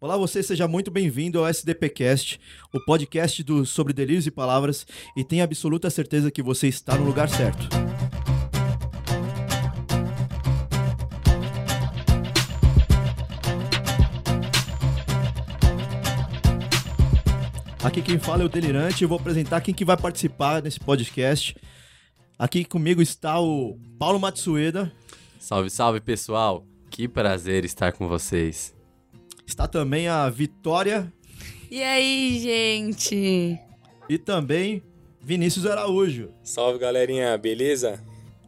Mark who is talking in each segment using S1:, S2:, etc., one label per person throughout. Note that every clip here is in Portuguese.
S1: Olá, você seja muito bem-vindo ao SDPcast, o podcast do sobre delírios e palavras, e tenha absoluta certeza que você está no lugar certo. Aqui quem fala é o Delirante e vou apresentar quem que vai participar desse podcast. Aqui comigo está o Paulo Matsueda,
S2: Salve, salve, pessoal. Que prazer estar com vocês.
S1: está também a Vitória
S3: E aí, gente?
S1: e também Vinícius Araújo.
S4: Salve galerinha, beleza?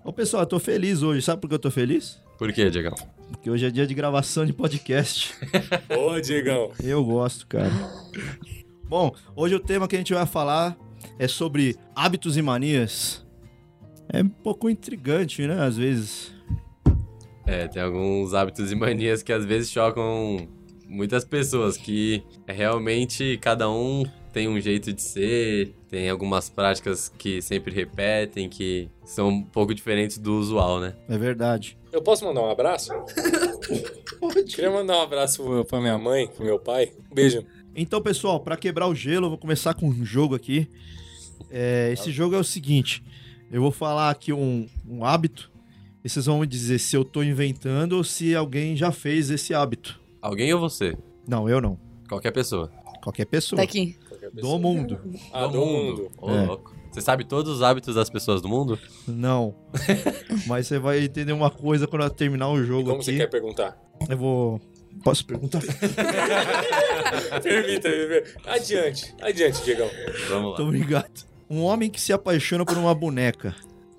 S1: Ô pessoal, eu tô feliz hoje, sabe por que eu tô feliz?
S2: Por quê, Diegão?
S1: Porque hoje é dia de gravação de podcast.
S4: Ô Diegão,
S1: Eu gosto, cara. Bom, hoje o tema que a gente vai falar é sobre hábitos e manias. É um pouco intrigante, né? Às vezes.
S2: É, tem alguns hábitos e manias que às vezes chocam muitas pessoas, que é realmente cada um tem um jeito de ser, tem algumas práticas que sempre repetem, que são um pouco diferentes do usual, né?
S1: É verdade.
S4: eu posso mandar um abraço? Queria mandar um abraço pro- pra minha mãe, pro meu pai. Um beijo.
S1: Então, pessoal, pra quebrar o gelo, eu vou começar com um jogo aqui. É, esse jogo é o seguinte: eu vou falar aqui um, um hábito e vocês vão me dizer se eu tô inventando ou se alguém já fez esse hábito.
S2: Alguém ou você?
S1: Não, eu não.
S2: Qualquer pessoa.
S1: Qualquer pessoa.
S3: Tá aqui.
S1: Do mundo.
S4: Ah, do mundo.
S2: Ô,
S1: É.
S2: louco. Você sabe todos os hábitos das pessoas do mundo?
S1: Não. Mas você vai entender uma coisa quando eu terminar o jogo
S4: Como
S1: aqui.
S4: você quer perguntar?
S1: Eu vou. Posso perguntar?
S4: Permita, permita. adiante, adiante, Diegão.
S2: Vamos
S1: Muito
S2: lá.
S1: obrigado. Um homem que se apaixona por uma boneca,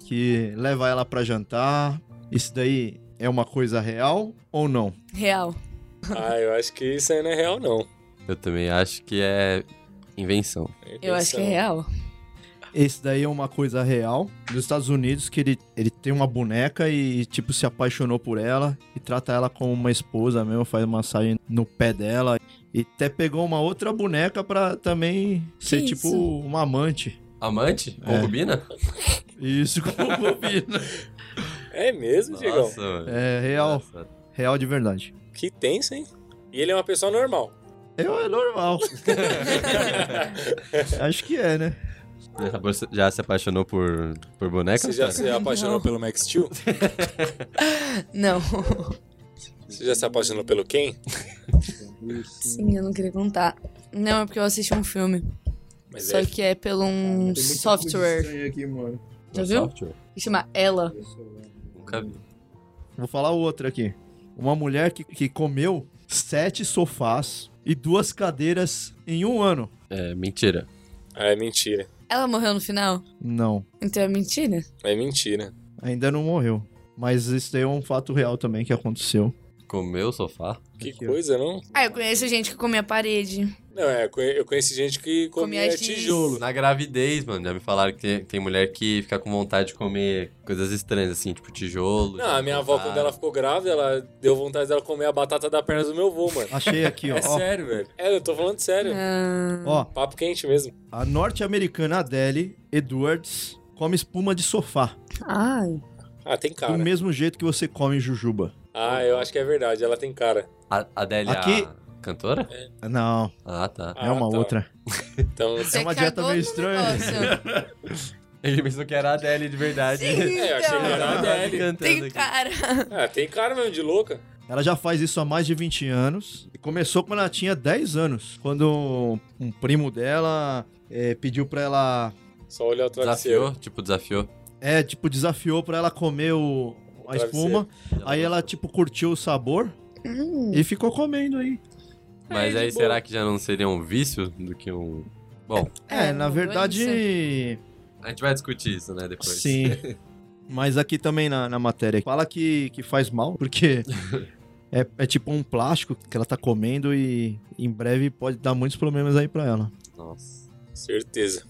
S1: que leva ela pra jantar. Isso daí é uma coisa real ou não?
S3: Real.
S4: Ah, eu acho que isso aí não é real, não.
S2: Eu também acho que é invenção.
S3: Eu acho que é real.
S1: Esse daí é uma coisa real. Nos Estados Unidos, que ele, ele tem uma boneca e, tipo, se apaixonou por ela e trata ela como uma esposa mesmo, faz massagem no pé dela. E até pegou uma outra boneca pra também ser,
S3: isso?
S1: tipo, uma amante.
S2: Amante?
S1: É.
S2: Concubina?
S1: Isso, como bobina.
S4: É mesmo, Diegão?
S2: Nossa, mano.
S1: É real,
S2: Nossa.
S1: real de verdade.
S4: Que tenso, hein? E ele é uma pessoa normal.
S1: Eu é normal. Acho que é, né?
S2: Já- Você já se apaixonou por, por boneca?
S4: Você já
S2: cara?
S4: se apaixonou
S3: Não.
S4: pelo Max Steel?
S3: Não.
S4: Você já se apaixonou pelo Ken?
S3: Sim, eu não queria contar. Não, é porque eu assisti um filme.
S4: Mas
S3: Só
S4: é.
S3: que é pelo um software. Já viu?
S2: Software?
S3: Que chama Ela.
S2: Nunca vi.
S1: Vou falar outra aqui. Uma mulher que, que comeu sete sofás e duas cadeiras em um ano.
S2: É mentira.
S4: Ah, é mentira.
S3: Ela morreu no final?
S1: Não,
S3: Então é mentira?
S4: É mentira.
S1: ainda não morreu. Mas isso daí é um fato real também que aconteceu.
S2: Comeu o sofá?
S4: Que
S1: Aqui, ó.
S4: coisa, não?
S3: Ah, eu conheço gente que comia parede.
S4: Não, é, eu conheci gente que comia,
S3: Comia giz.
S4: tijolo.
S2: Na gravidez, mano. Já me falaram que tem, tem mulher que fica com vontade de comer coisas estranhas, assim, tipo ah, tijolo.
S4: Não, a minha avó,
S2: sofá.
S4: quando ela ficou grávida, ela deu vontade dela comer a batata da perna do meu avô, mano.
S1: Achei aqui, ó.
S4: É sério, velho. É, eu tô falando sério.
S3: Ah,
S1: ó, ó,
S4: Papo quente mesmo.
S1: a norte-americana Adele Edwards come espuma de sofá.
S3: ai.
S4: Ah, tem
S1: Do
S4: cara.
S1: mesmo jeito que você come jujuba.
S4: Ah, eu acho que é verdade, ela tem cara.
S2: A Adélia.
S1: Aqui-
S2: Cantora?
S1: Não,
S2: Ah, tá.
S1: é
S4: Ah,
S1: uma
S4: tá.
S1: outra.
S4: Então,
S3: Você
S1: É uma dieta
S3: cagou
S1: meio
S3: no
S1: estranha. Tá
S3: negócio.
S2: Ele pensou que era a Adélia de verdade.
S3: Sim,
S4: É, eu achei que era a
S3: então.
S4: Adele.
S2: Cantando
S3: Tem
S2: aqui.
S3: cara.
S4: ah, tem cara mesmo de louca.
S1: Ela já faz isso há mais de 20 anos e começou quando ela tinha 10 anos, quando um primo dela eh, pediu pra ela,
S4: Só olhar o travesseiro.
S2: Desafiou? Tipo, desafiou.
S1: é, tipo, desafiou pra ela comer o, a
S4: Travesseiro.
S1: espuma. Aí ela, tipo, curtiu o sabor
S3: Hum.
S1: e ficou comendo aí.
S2: Mas
S4: É,
S2: aí
S4: de
S2: será
S4: boa.
S2: que já não seria um vício do que um. Bom,
S1: É,
S3: É,
S1: na
S3: uma
S1: verdade,
S2: a gente vai discutir isso, né, depois.
S1: sim. Mas aqui também na, na matéria fala que, que faz mal, porque é, é tipo um plástico que ela tá comendo e em breve pode dar muitos problemas aí pra ela.
S2: Nossa.
S4: Certeza.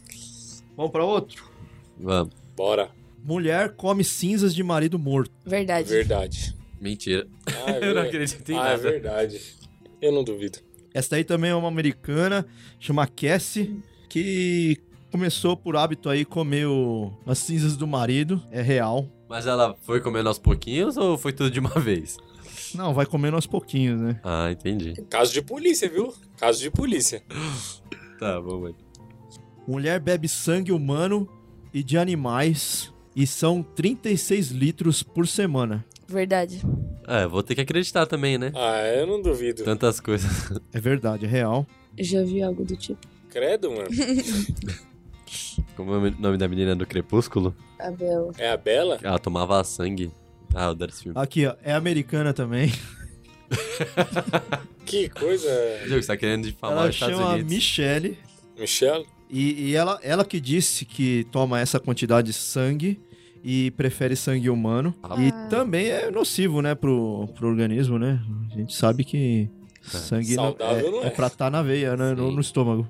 S1: Vamos pra outro?
S2: Vamos.
S4: Bora.
S1: Mulher come cinzas de marido morto.
S3: Verdade.
S4: Verdade.
S2: Mentira.
S4: Ah, é
S2: Eu não
S4: verdade.
S2: acredito em
S4: Ah, é
S2: nada.
S4: verdade. Eu não duvido.
S1: Essa daí também é uma americana, chama Cassie, que começou por hábito aí comer o- as cinzas do marido, é real.
S2: Mas ela foi comendo aos pouquinhos ou foi tudo de uma vez?
S1: Não, vai comendo aos pouquinhos, né?
S2: Ah, entendi.
S4: Caso de polícia, viu? Caso de polícia.
S2: Tá bom, mano.
S1: Mulher bebe sangue humano e de animais e são 36 litros por semana.
S3: Verdade.
S2: É, vou ter que acreditar também, né?
S4: Ah, eu não duvido.
S2: Tantas coisas.
S1: É verdade, é real.
S3: Eu já vi algo do tipo.
S4: Credo, mano.
S2: Como é o nome da menina do Crepúsculo?
S3: Abel.
S4: É a Bela?
S2: Ela tomava sangue. Ah, eu adoro esse filme.
S1: Aqui, ó, é americana também.
S4: Que coisa.
S2: Diego, você tá querendo difamar
S1: Ela
S2: os Estados
S1: chama
S2: Unidos.
S1: Michelle
S4: Michelle?
S1: e, e ela, ela que disse que toma essa quantidade de sangue e prefere sangue humano.
S2: Ah.
S1: E também é nocivo, né, pro, pro organismo, né? A gente sabe que
S2: É.
S1: sangue não-
S4: Saudável não
S1: é,
S4: é.
S1: é pra estar na veia, né? No,
S2: Sim.
S1: no estômago.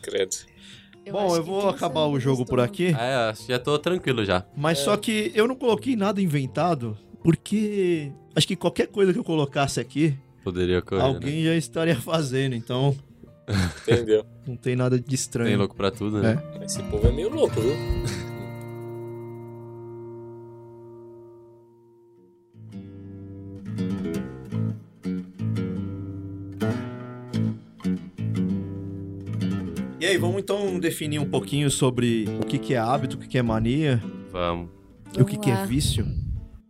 S4: Credo.
S1: Bom,
S3: acho
S1: eu
S3: que
S1: vou
S3: tem
S1: acabar
S3: sangue
S1: o
S3: no
S1: jogo por
S3: estômago.
S1: aqui.
S2: Ah, é, acho que já tô tranquilo já.
S1: Mas só que eu não coloquei nada inventado, porque acho que qualquer coisa que eu colocasse aqui,
S2: Poderia ocorrer, né?
S1: alguém já estaria fazendo, então
S4: Entendeu?
S1: não tem nada de
S2: Tem
S1: estranho.
S2: louco pra tudo, né?
S4: Esse povo é meio louco, viu?
S1: E aí, vamos então definir um pouquinho sobre o que, que é hábito, o que, que é mania
S2: Vamos.
S1: e o que,
S3: Vamos
S1: que é
S3: lá.
S1: vício.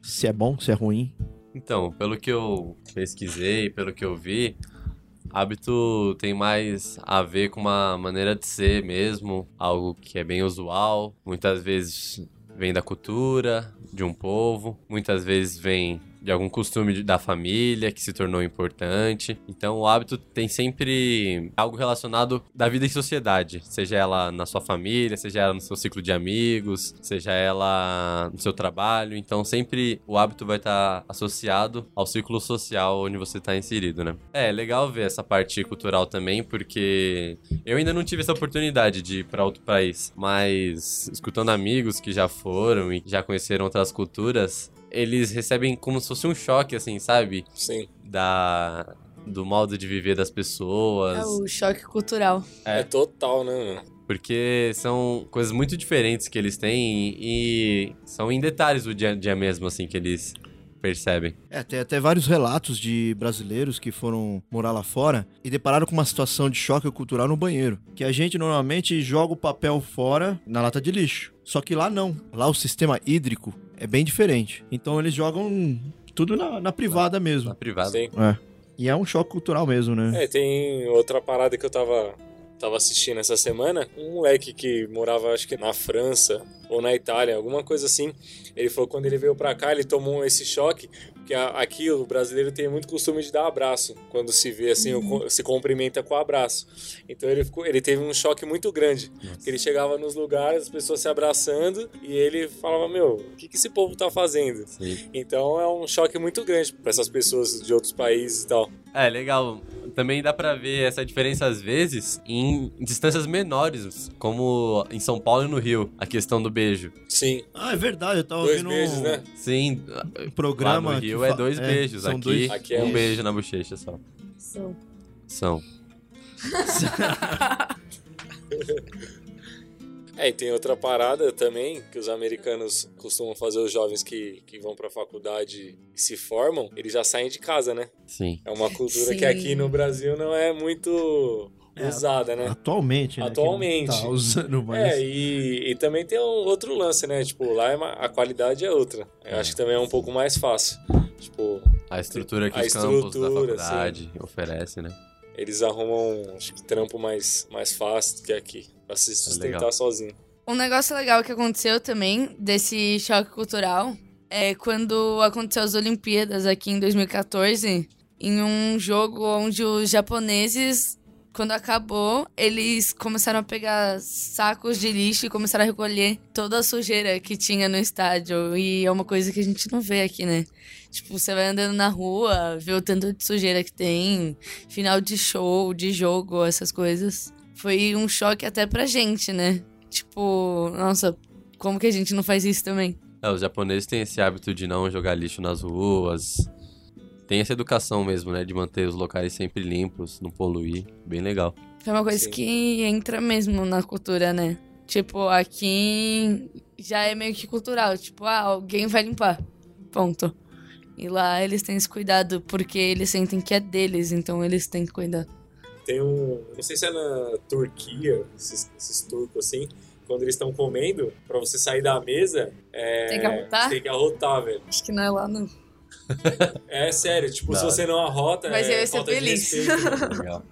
S1: Se é bom, se é ruim.
S2: Então, pelo que eu pesquisei, pelo que eu vi, hábito tem mais a ver com uma maneira de ser mesmo, algo que é bem usual, muitas vezes vem da cultura de um povo, muitas vezes vem de algum costume de- da família que se tornou importante. Então, o hábito tem sempre algo relacionado da vida em sociedade, seja ela na sua família, seja ela no seu ciclo de amigos, seja ela no seu trabalho. Então, sempre o hábito vai estar associado ao ciclo social onde você está inserido, né? É legal ver essa parte cultural também, porque eu ainda não tive essa oportunidade de ir pra outro país, mas escutando amigos que já foram e já conheceram outras culturas, eles recebem como se fosse um choque, assim, sabe?
S4: Sim.
S2: Da. Do modo de viver das pessoas.
S3: É o choque cultural.
S4: É, total, né, mano?
S2: Porque são coisas muito diferentes que eles têm e são em detalhes do dia a dia mesmo, assim, que eles percebem.
S1: É, tem até vários relatos de brasileiros que foram morar lá fora e depararam com uma situação de choque cultural no banheiro. Que a gente normalmente joga o papel fora na lata de lixo. Só que lá não. Lá o sistema hídrico é bem diferente. Então eles jogam tudo na, na privada
S2: Na
S1: mesmo.
S2: privada.
S4: Sim.
S1: E é um choque cultural mesmo, né?
S4: É, tem outra parada que eu tava, tava assistindo essa semana. Um moleque que morava, acho que na França ou na Itália, alguma coisa assim. Ele falou que quando ele veio pra cá, ele tomou esse choque. Porque a- aqui o brasileiro tem muito costume de dar abraço. Quando se vê assim, o co- se cumprimenta com abraço. Então ele, ficou, ele teve um choque muito grande. Porque ele chegava nos lugares, as pessoas se abraçando. E ele falava: Meu, o que, que esse povo tá fazendo?
S2: Sim.
S4: Então é um choque muito grande pra essas pessoas de outros países e tal.
S2: É, legal. Também dá pra ver essa diferença às vezes em distâncias menores, como em São Paulo e no Rio, a questão do beijo.
S4: Sim.
S1: Ah, é verdade. Eu tava
S4: Dois
S1: vendo
S4: beijos,
S1: um,
S4: né?
S2: Sim,
S1: um programa.
S2: lá no
S1: que
S2: Rio
S1: fa-
S2: é dois beijos,
S1: são
S2: aqui,
S1: dois-
S4: Aqui é
S2: um
S4: um.
S2: beijo na bochecha só.
S3: São.
S2: São.
S4: É, e tem outra parada também que os americanos costumam fazer os jovens que, que vão pra faculdade e se formam, eles já saem de casa, né?
S2: Sim.
S4: É uma cultura
S3: Sim.
S4: que aqui no Brasil não é muito
S1: É,
S4: usada, né?
S1: Atualmente, né? que não
S4: Atualmente.
S1: Tá usando mais.
S4: É, e, e também tem um outro lance, né? Tipo, lá é ma- a qualidade é outra. Eu acho que também é um pouco mais fácil. Tipo,
S2: A estrutura que
S4: A
S2: os campos da
S4: estrutura,
S2: faculdade oferece, né?
S4: eles arrumam, acho que trampo mais, mais fácil do que aqui. Pra se sustentar
S2: legal.
S4: sozinho.
S3: Um negócio legal que aconteceu também desse choque cultural é quando aconteceu as Olimpíadas aqui em 2014, em um jogo onde os japoneses, quando acabou, eles começaram a pegar sacos de lixo e começaram a recolher toda a sujeira que tinha no estádio. E é uma coisa que a gente não vê aqui, né? Tipo, você vai andando na rua, vê o tanto de sujeira que tem, final de show, de jogo, essas coisas. Foi um choque até pra gente, né? Tipo, nossa, como que a gente não faz isso também?
S2: É, os japoneses têm esse hábito de não jogar lixo nas ruas. Tem essa educação mesmo, né? De manter os locais sempre limpos, não poluir. Bem legal.
S3: É uma coisa
S4: Sim.
S3: que entra mesmo na cultura, né? Tipo, aqui já é meio que cultural. Tipo, ah, alguém vai limpar. Ponto. E lá eles têm esse cuidado porque eles sentem que é deles, então eles têm que cuidar.
S4: Tem um. Não sei se é na Turquia, esses, esses turcos assim. Quando eles estão comendo, pra você sair da mesa, é,
S3: Tem que arrotar?
S4: Você tem que arrotar, velho.
S3: Acho que não é lá, não.
S4: É sério, tipo,
S2: Da
S4: se
S2: hora.
S4: você não arrota,
S3: Mas eu
S4: é
S3: ia ser
S4: falta de
S3: feliz.
S4: respeito, né? mano.
S2: Legal.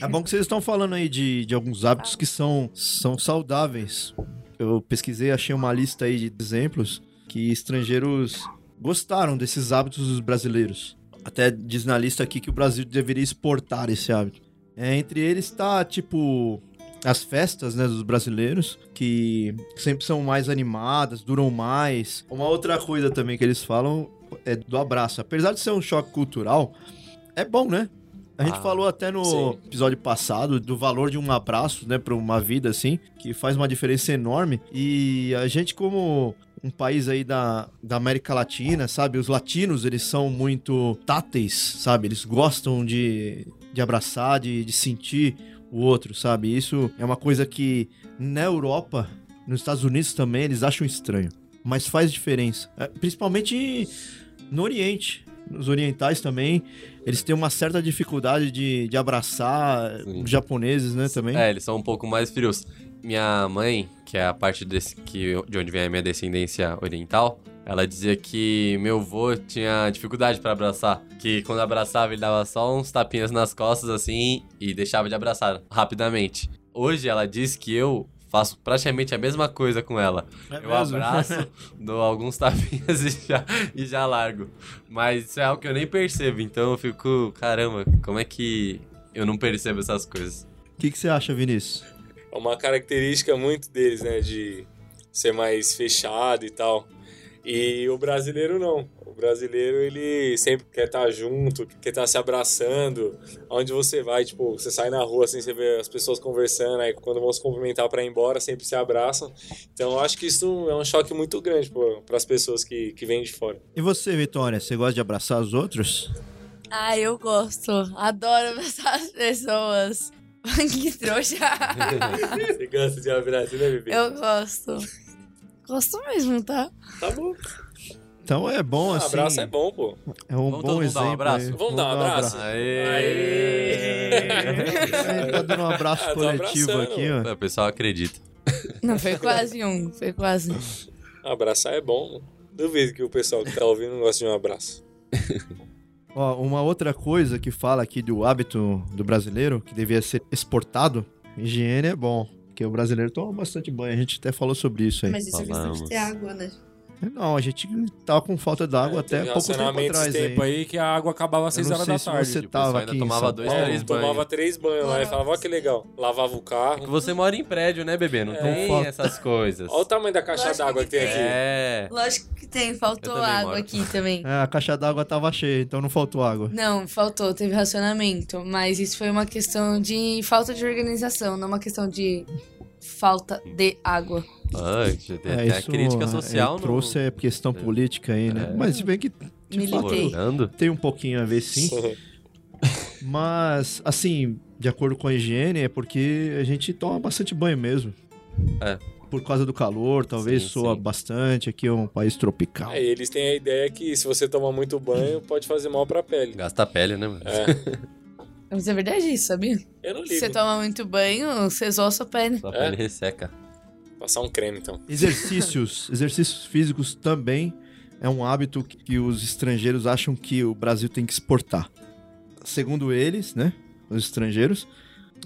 S1: É bom que vocês estão falando aí de, de alguns hábitos que são, são saudáveis. Eu pesquisei, achei uma lista aí de exemplos que estrangeiros gostaram desses hábitos dos brasileiros. Até diz na lista aqui que o Brasil deveria exportar esse hábito. É, entre eles tá, tipo, as festas né, dos brasileiros, que sempre são mais animadas, duram mais. Uma outra coisa também que eles falam é do abraço. Apesar de ser um choque cultural, é bom, né? A gente
S2: Ah,
S1: falou até no
S4: sim.
S1: episódio passado do valor de um abraço, né, para uma vida assim, que faz uma diferença enorme. E a gente como um país aí da, da América Latina, sabe? Os latinos, eles são muito táteis, sabe? Eles gostam de, de abraçar, de, de sentir o outro, sabe? Isso é uma coisa que na Europa, nos Estados Unidos também, eles acham estranho. Mas faz diferença. É, Principalmente no Oriente. Os orientais também, eles têm uma certa dificuldade de, de abraçar
S2: Sim.
S1: os japoneses, né, também.
S2: É, eles são um pouco mais frios. Minha mãe, que é a parte desse, que, de onde vem a minha descendência oriental, ela dizia que meu avô tinha dificuldade pra abraçar. Que quando abraçava, ele dava só uns tapinhas nas costas, assim, e deixava de abraçar rapidamente. Hoje, ela diz que eu faço praticamente a mesma coisa com ela.
S1: É
S2: Eu
S1: mesmo?
S2: abraço, dou alguns tapinhas e já, e já largo. Mas isso é algo que eu nem percebo, então eu fico, caramba, como é que eu não percebo essas coisas?
S1: O que, que você acha, Vinícius?
S4: É uma característica muito deles, né? De ser mais fechado e tal. E o brasileiro não. O brasileiro, ele sempre quer estar junto, quer estar se abraçando. Aonde você vai, tipo, você sai na rua, assim, você vê as pessoas conversando, aí quando vão se cumprimentar pra ir embora, sempre se abraçam. Então, eu acho que isso é um choque muito grande para as pessoas que, que vêm de fora.
S1: E você, Vitória, você gosta de abraçar os outros?
S3: Ah, eu gosto. Adoro abraçar as pessoas. que trouxa.
S4: Você gosta de abraço, né, bebê?
S3: eu gosto. Gosto mesmo, tá?
S4: Tá bom.
S1: Então é bom, assim.
S4: abraço é bom, pô.
S1: É um
S2: Vamos todo
S1: bom
S2: mundo dar um
S1: exemplo.
S2: abraço?
S1: aí.
S4: Vamos dar um abraço?
S1: É, tá dando um abraço
S4: Ah, tô
S1: coletivo
S4: abraçando.
S1: aqui, ó.
S2: O pessoal acredita.
S3: Não, foi quase um. Foi quase.
S4: Abraçar é bom. Duvido que o pessoal que tá ouvindo não goste de um abraço.
S1: Ó, uma outra coisa que fala aqui do hábito do brasileiro, que devia ser exportado, higiene é bom. Porque o brasileiro toma bastante banho, a gente até falou sobre isso aí.
S5: Mas isso é questão de
S2: Falamos.
S5: ter água, né?
S1: Não, a gente tava com falta d'água
S4: É, tem
S1: até pouco tempo
S4: relacionamentos
S1: atrás
S4: tem
S1: aí.
S6: Tempo aí que a água acabava às
S1: Eu
S6: 6
S1: não
S6: horas
S1: sei
S6: da
S1: se
S6: tarde.
S1: você
S2: o pessoal
S1: tava
S2: ainda
S1: aqui em
S2: tomava
S1: São
S2: dois,
S1: Paulo.
S2: três banhos.
S4: tomava três banhos lá e falava, ó que legal, lavava o carro.
S2: Você mora em prédio, né, bebê? Não
S4: É.
S1: Não
S2: tem
S1: falta.
S2: essas coisas.
S4: Olha o tamanho da caixa
S3: Lógico
S4: d'água
S3: que
S4: que tem aqui.
S2: É.
S3: Lógico que tem. Faltou
S2: Eu também
S3: água
S2: moro.
S3: aqui também.
S1: É, a caixa d'água tava cheia, então não faltou água.
S3: Não, faltou, teve racionamento, mas isso foi uma questão de falta de organização, não uma questão de falta de água.
S2: Ah, já tem até a crítica
S1: é,
S2: social né,
S1: ele trouxe é questão política aí, né?
S2: É.
S1: Mas se bem que
S2: no...
S1: de fato,
S3: Militei.
S2: Valorando?
S1: tem um pouquinho a ver sim. Mas, assim, de acordo com a higiene, é porque a gente toma bastante banho mesmo.
S2: É.
S1: Por causa do calor, talvez
S2: Sim,
S1: soa
S2: sim.
S1: bastante. Aqui é um país tropical.
S4: Aí eles têm a ideia que se você tomar muito banho, pode fazer mal pra pele.
S2: Gasta a pele, né, mano?
S4: É.
S3: Mas é verdade isso, sabia?
S4: Eu não
S3: Você
S4: ligo.
S3: toma muito banho, você zoa sua pele.
S2: Sua
S4: É.
S2: pele resseca.
S4: Passar um creme, então.
S1: Exercícios, exercícios físicos também é um hábito que os estrangeiros acham que o Brasil tem que exportar. Segundo eles, né, os estrangeiros,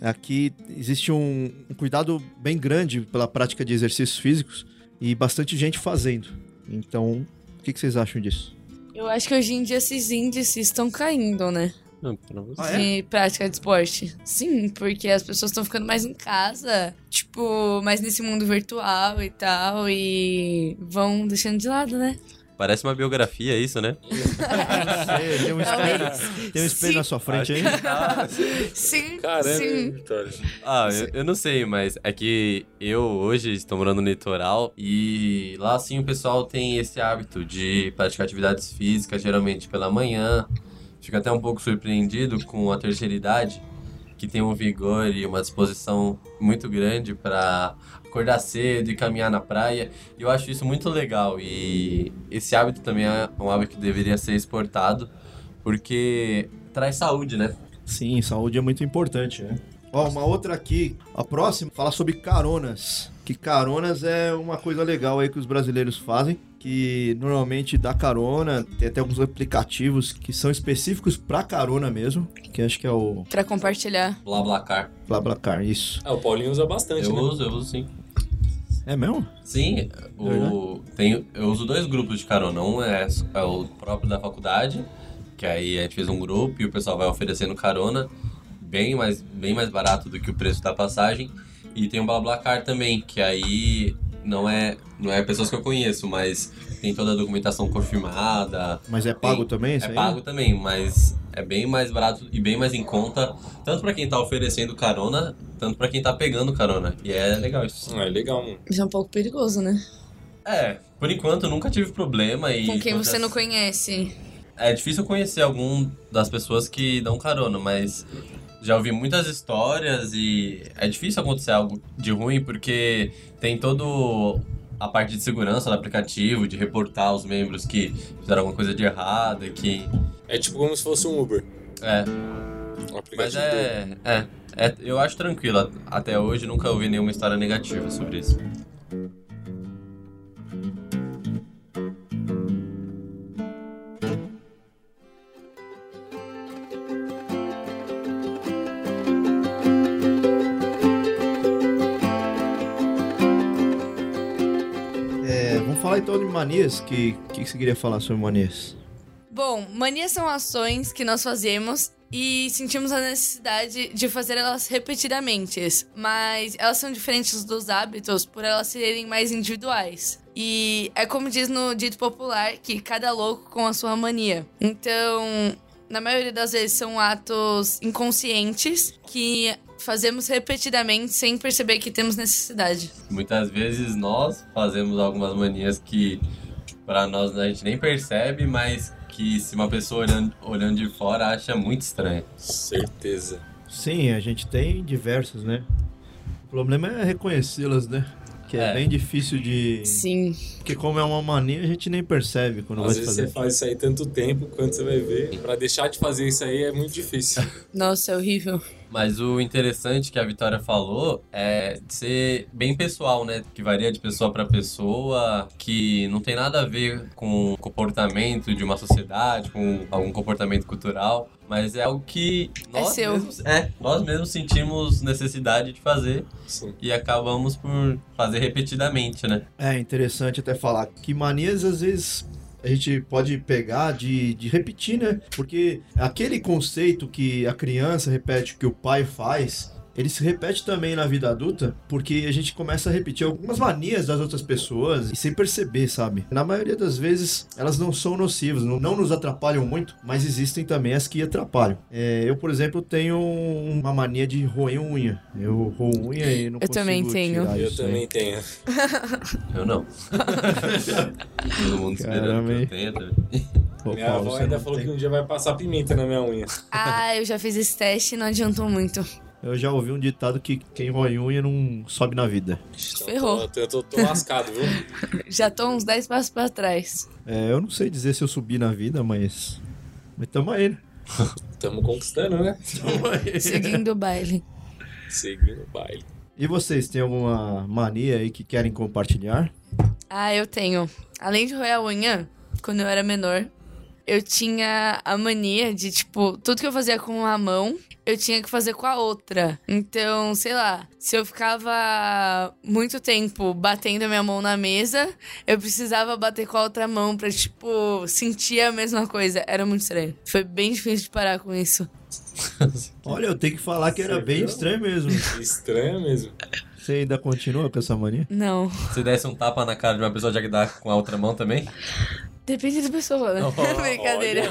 S1: aqui existe um, um cuidado bem grande pela prática de exercícios físicos e bastante gente fazendo. Então, o que, que vocês acham disso?
S3: Eu acho que hoje em dia esses índices estão caindo, né?
S2: Não, pra você.
S1: Ah, é?
S3: De prática de esporte. Sim, porque as pessoas estão ficando mais em casa, tipo, mais nesse mundo virtual e tal, e vão deixando de lado, né?
S2: Parece uma biografia isso, né?
S1: É, tem um espelho, tem um espelho na sua frente aí?
S2: tá.
S3: Sim,
S4: Caramba,
S3: sim.
S4: é, Vitória.
S2: Ah, eu, eu não sei, mas é que eu hoje estou morando no litoral e lá sim o pessoal tem esse hábito de praticar atividades físicas, geralmente pela manhã. Fico até um pouco surpreendido com a terceira idade que tem um vigor e uma disposição muito grande para acordar cedo e caminhar na praia. E eu acho isso muito legal. E esse hábito também é um hábito que deveria ser exportado, porque traz saúde, né?
S1: Sim, saúde é muito importante, né? Ó, uma outra aqui, a próxima, fala sobre caronas. Que caronas é uma coisa legal aí que os brasileiros fazem, que normalmente dá carona, tem até alguns aplicativos que são específicos pra carona mesmo, que acho que é o
S3: Pra compartilhar.
S2: Blablacar.
S1: BlaBlaCar, isso.
S4: Ah, o Paulinho usa bastante,
S2: Eu
S4: né?
S2: uso, eu uso sim.
S1: É mesmo?
S2: Sim, o, tem, eu uso dois grupos de carona. Um é, é o próprio da faculdade, que aí a gente fez um grupo e o pessoal vai oferecendo carona, bem mais, bem mais barato do que o preço da passagem. E tem o Blablacar também, que aí não é, não é pessoas que eu conheço, mas tem toda a documentação confirmada.
S1: Mas é pago também isso
S2: É
S1: aí?
S2: pago também, mas é bem mais barato e bem mais em conta, tanto pra quem tá oferecendo carona, tanto pra quem tá pegando carona. E é legal isso.
S4: Ah, é legal, mano.
S3: Isso é um pouco perigoso, né?
S2: É, por enquanto eu nunca tive problema e.
S3: Com quem você não
S2: conhece.
S3: conhece.
S2: É difícil conhecer algum das pessoas que dão carona, mas já ouvi muitas histórias e é difícil acontecer algo de ruim porque tem todo a parte de segurança do aplicativo, de reportar os membros que fizeram alguma coisa de errada, que.
S4: É tipo como se fosse um Uber.
S2: É,
S4: Um
S2: mas
S4: aplicativo dele.
S2: é. É. é eu acho tranquilo. Até hoje nunca ouvi nenhuma história negativa sobre isso.
S1: É, vamos falar então de manias, que o que, que você queria falar sobre manias?
S3: Bom, manias são ações que nós fazemos e sentimos a necessidade de fazer elas repetidamente, mas elas são diferentes dos hábitos por elas serem mais individuais. E é como diz no dito popular que cada louco com a sua mania. Então, na maioria das vezes são atos inconscientes que fazemos repetidamente sem perceber que temos necessidade.
S2: Muitas vezes nós fazemos algumas manias que pra nós né, a gente nem percebe, mas que se uma pessoa olhando, olhando de fora acha muito estranho.
S4: Certeza.
S1: Sim, a gente tem diversas, né? O problema é reconhecê-las, né? Que é,
S2: É.
S1: bem difícil de.
S3: Sim.
S1: Porque como é uma mania, a gente nem percebe quando
S4: Às
S1: vai
S4: vezes
S1: fazer.
S4: você faz isso aí tanto tempo, quando você vai ver. Pra deixar de fazer isso aí é muito difícil.
S3: Nossa, é horrível.
S2: Mas o interessante que a Vitória falou é de ser bem pessoal, né? Que varia de pessoa pra pessoa, que não tem nada a ver com o comportamento de uma sociedade, com algum comportamento cultural, mas é algo que nós
S3: seu.
S2: mesmos, é, nós mesmos sentimos necessidade de fazer
S4: Sim.
S2: e acabamos por fazer repetidamente, né?
S1: É interessante até falar que manias às vezes a gente pode pegar de, de repetir, né? Porque aquele conceito que a criança repete que o pai faz, ele se repete também na vida adulta, porque a gente começa a repetir algumas manias das outras pessoas e sem perceber, sabe? Na maioria das vezes elas não são nocivas, não, não nos atrapalham muito, mas existem também as que atrapalham. É, eu, por exemplo, tenho uma mania de roer unha. Eu roo unha e não
S3: Eu também
S1: consigo
S3: tenho.
S1: tirar
S4: Eu
S1: Tá, isso aí.
S4: também tenho.
S2: Eu não. Todo mundo esperando
S1: Caramba,
S2: que
S1: hein?
S2: eu tenha. também.
S1: Ô,
S4: Minha
S1: Paulo,
S4: avó
S1: você
S4: ainda
S1: não
S4: falou
S1: tem-
S4: que um dia vai passar pimenta na minha unha.
S3: Ah, eu já fiz esse teste e não adiantou muito.
S1: Eu já ouvi um ditado que quem rói unha não sobe na vida.
S4: Então,
S3: Ferrou.
S4: Tô, tô, tô, tô lascado, viu?
S3: Já tô uns 10 passos pra trás.
S1: É, eu não sei dizer se eu subi na vida, mas. Mas tamo aí, né?
S4: Tamo conquistando, né?
S1: Tamo aí.
S3: Seguindo o baile.
S4: Seguindo o baile.
S1: E vocês, têm alguma mania aí que querem compartilhar?
S3: Ah, eu tenho. Além de roer a unha, quando eu era menor, eu tinha a mania de, tipo, tudo que eu fazia com uma mão, eu tinha que fazer com a outra. Então, sei lá, se eu ficava muito tempo batendo a minha mão na mesa, eu precisava bater com a outra mão pra, tipo, sentir a mesma coisa. Era muito estranho. Foi bem difícil de parar com isso.
S1: Olha, eu tenho que falar que era
S4: Você
S1: bem
S4: viu?
S1: estranho mesmo.
S4: Estranho mesmo.
S1: Você ainda continua com essa mania?
S3: Não.
S2: Se desse um tapa na cara de uma pessoa, já que dá com a outra mão também?
S3: Depende da pessoa, né?
S2: Oh,
S3: Brincadeira.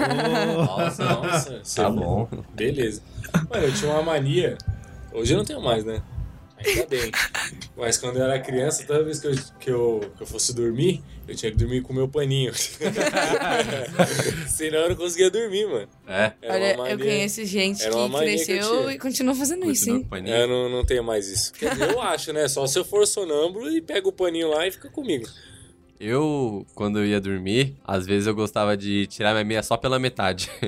S2: Nossa,
S4: Nossa, você-
S2: Tá bom.
S4: Beleza. Mano, eu tinha uma mania. Hoje eu não tenho mais, né? Ainda bem. Mas quando eu era criança, toda vez que eu, que eu, que eu fosse dormir, eu tinha que dormir com o meu paninho. Senão eu não conseguia dormir, mano.
S2: É.
S4: Era
S3: Olha,
S4: uma mania.
S3: eu conheço gente
S4: era uma
S3: que
S4: mania que eu
S3: cresceu
S4: tinha.
S3: e continua fazendo isso,
S2: Continua
S3: hein?
S2: com paninho.
S4: É, Eu não, não tenho mais isso. Quer dizer, eu acho, né? Só se eu for sonâmbulo e pega o paninho lá e fica comigo.
S2: Eu, quando eu ia dormir, às vezes eu gostava de tirar minha meia só pela metade.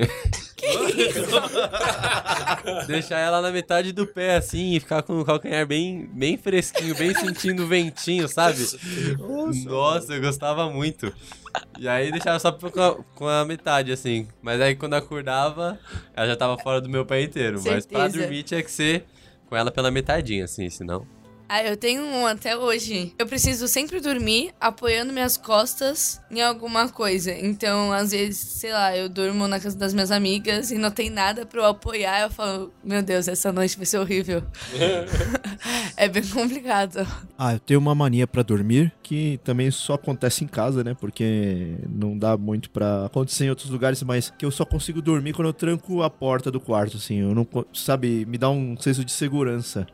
S2: Deixar ela na metade do pé, assim, e ficar com o calcanhar bem, bem fresquinho, bem sentindo o ventinho, sabe? Nossa, eu gostava muito. E aí deixava só com a, com a metade, assim. Mas aí quando eu acordava, ela já tava fora do meu pé inteiro. Mas pra
S3: Certeza.
S2: dormir tinha que ser com ela pela metadinha, assim, senão.
S3: Ah, eu tenho um até hoje. Eu preciso sempre dormir apoiando minhas costas em alguma coisa. Então, às vezes, sei lá, eu durmo na casa das minhas amigas e não tem nada pra eu apoiar. Eu falo, meu Deus, essa noite vai ser horrível. é bem complicado.
S1: Ah, eu tenho uma mania pra dormir que também só acontece em casa, né? Porque não dá muito pra acontecer em outros lugares, mas que eu só consigo dormir quando eu tranco a porta do quarto, assim. Eu não, co- sabe, me dá um senso de segurança.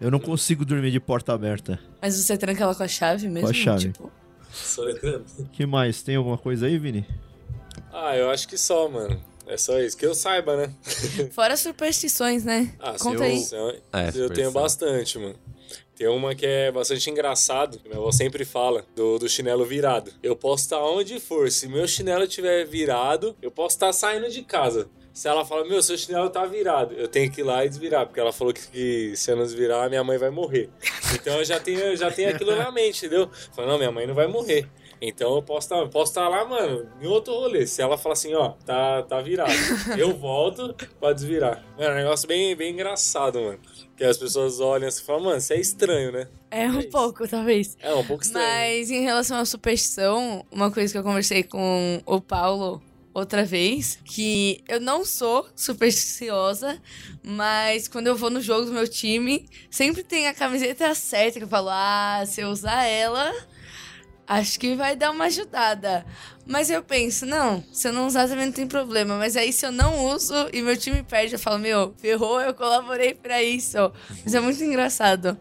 S1: Eu não consigo dormir de porta aberta.
S3: Mas você tranca ela com a chave mesmo?
S1: a chave.
S3: Tipo,
S4: Soletrando.
S1: Que mais? Tem alguma coisa aí, Vini?
S4: Ah, eu acho que só, mano. É só isso. Que eu saiba, né?
S3: fora as superstições, né?
S4: Ah,
S3: Conta aí.
S4: superstição-
S2: É,
S4: eu tenho
S2: superstição.
S4: bastante, mano. Tem uma que é bastante engraçado, que minha avó sempre fala, do, do chinelo virado. Eu posso estar onde for, se meu chinelo estiver virado, eu posso estar saindo de casa. Se ela fala, meu, seu chinelo tá virado, eu tenho que ir lá e desvirar, porque ela falou que, que se eu não desvirar, minha mãe vai morrer. Então eu já tenho, eu já tenho aquilo na mente, entendeu? Falei, não, minha mãe não vai morrer. Então eu posso estar, posso estar lá, mano, em outro rolê. Se ela falar assim, ó, tá, tá virado. Eu volto pra desvirar. Mano, é um negócio bem, bem engraçado, mano. Que as pessoas olham assim e falam, mano, você é estranho, né?
S3: É um
S4: isso.
S3: pouco, talvez.
S4: É um pouco estranho.
S3: Mas em relação à superstição, uma coisa que eu conversei com o Paulo outra vez, que eu não sou supersticiosa, mas quando eu vou no jogo do meu time, sempre tem a camiseta certa que eu falo, ah, se eu usar ela, acho que vai dar uma ajudada. Mas eu penso, não, se eu não usar também não tem problema. Mas aí se eu não uso e meu time perde, eu falo, meu, ferrou, eu colaborei pra isso. Mas é muito engraçado.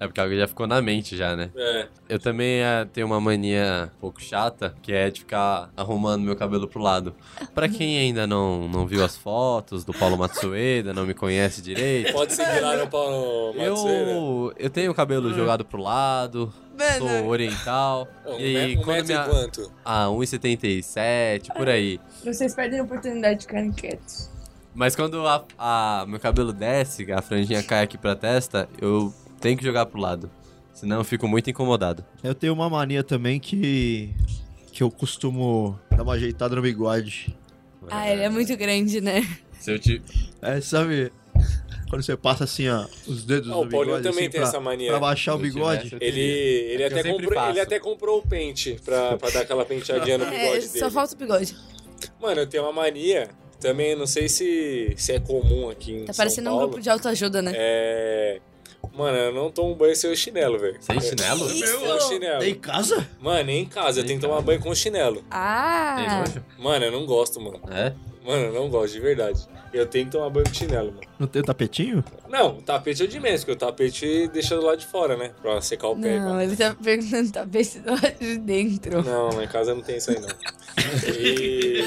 S2: É porque algo já ficou na mente já, né?
S4: É.
S2: Eu também eh, tenho uma mania um pouco chata, que é de ficar arrumando meu cabelo pro lado. Pra quem ainda não, não viu as fotos do Paulo Matsueda, não me conhece direito,
S4: É, Pode seguir lá no Paulo né? Matsueira.
S2: eu, eu tenho o cabelo jogado pro lado, sou
S3: Mano,
S2: oriental.
S4: Um,
S2: né? e
S4: me- um
S2: quando
S4: metro
S2: minha.
S4: e quanto?
S2: Ah, 1,77, por aí.
S3: vocês perdem a oportunidade de ficarem quietos.
S2: Mas quando a, a- meu cabelo desce, a franjinha cai aqui pra testa, eu tenho que jogar pro lado. Senão eu fico muito incomodado.
S1: Eu tenho uma mania também que. que eu costumo dar uma ajeitada no bigode.
S3: Ah, ele é muito grande, né?
S2: Se eu te.
S1: É, sabe? Quando você passa assim, ó, os dedos
S4: Ah,
S1: no
S4: o Paulinho
S1: bigode.
S4: também
S1: assim,
S4: tem
S1: pra,
S4: essa mania.
S1: pra baixar o
S2: Se eu
S1: bigode.
S2: tivesse, eu
S4: Ele,
S2: teria.
S4: ele,
S2: É que eu
S4: até
S2: sempre
S4: comprou, ele
S2: faço.
S4: até comprou o pente pra, pra dar aquela penteadinha no
S3: É,
S4: bigode
S3: só
S4: dele.
S3: falta o bigode. Tá
S4: Mano, eu tenho uma mania, também não sei se, se é comum aqui em
S3: Tá
S4: São
S3: parecendo um
S4: Paulo.
S3: grupo de autoajuda, né?
S4: É... Mano, eu não tomo banho sem o chinelo, velho.
S2: Sem chinelo?
S3: Que isso?
S4: Sem o chinelo.
S1: Tá Em casa?
S4: Mano, nem em casa, eu
S2: Nem
S4: tenho que
S2: em
S4: tomar
S2: casa.
S4: banho com o chinelo.
S2: Tem
S3: Ah!
S2: nojo?
S4: Mano, eu não gosto, mano.
S2: É?
S4: Mano, eu não gosto, de verdade. Eu tenho que tomar banho com chinelo, mano.
S1: Não tem o tapetinho?
S4: Não, o tapete é de menos, porque o tapete deixa do lado de fora, né? Pra secar o pé. e
S3: Não, ele tá perguntando talvez se lá de
S4: tal.
S3: dentro.
S4: Não, lá em casa não tem isso aí, não. E...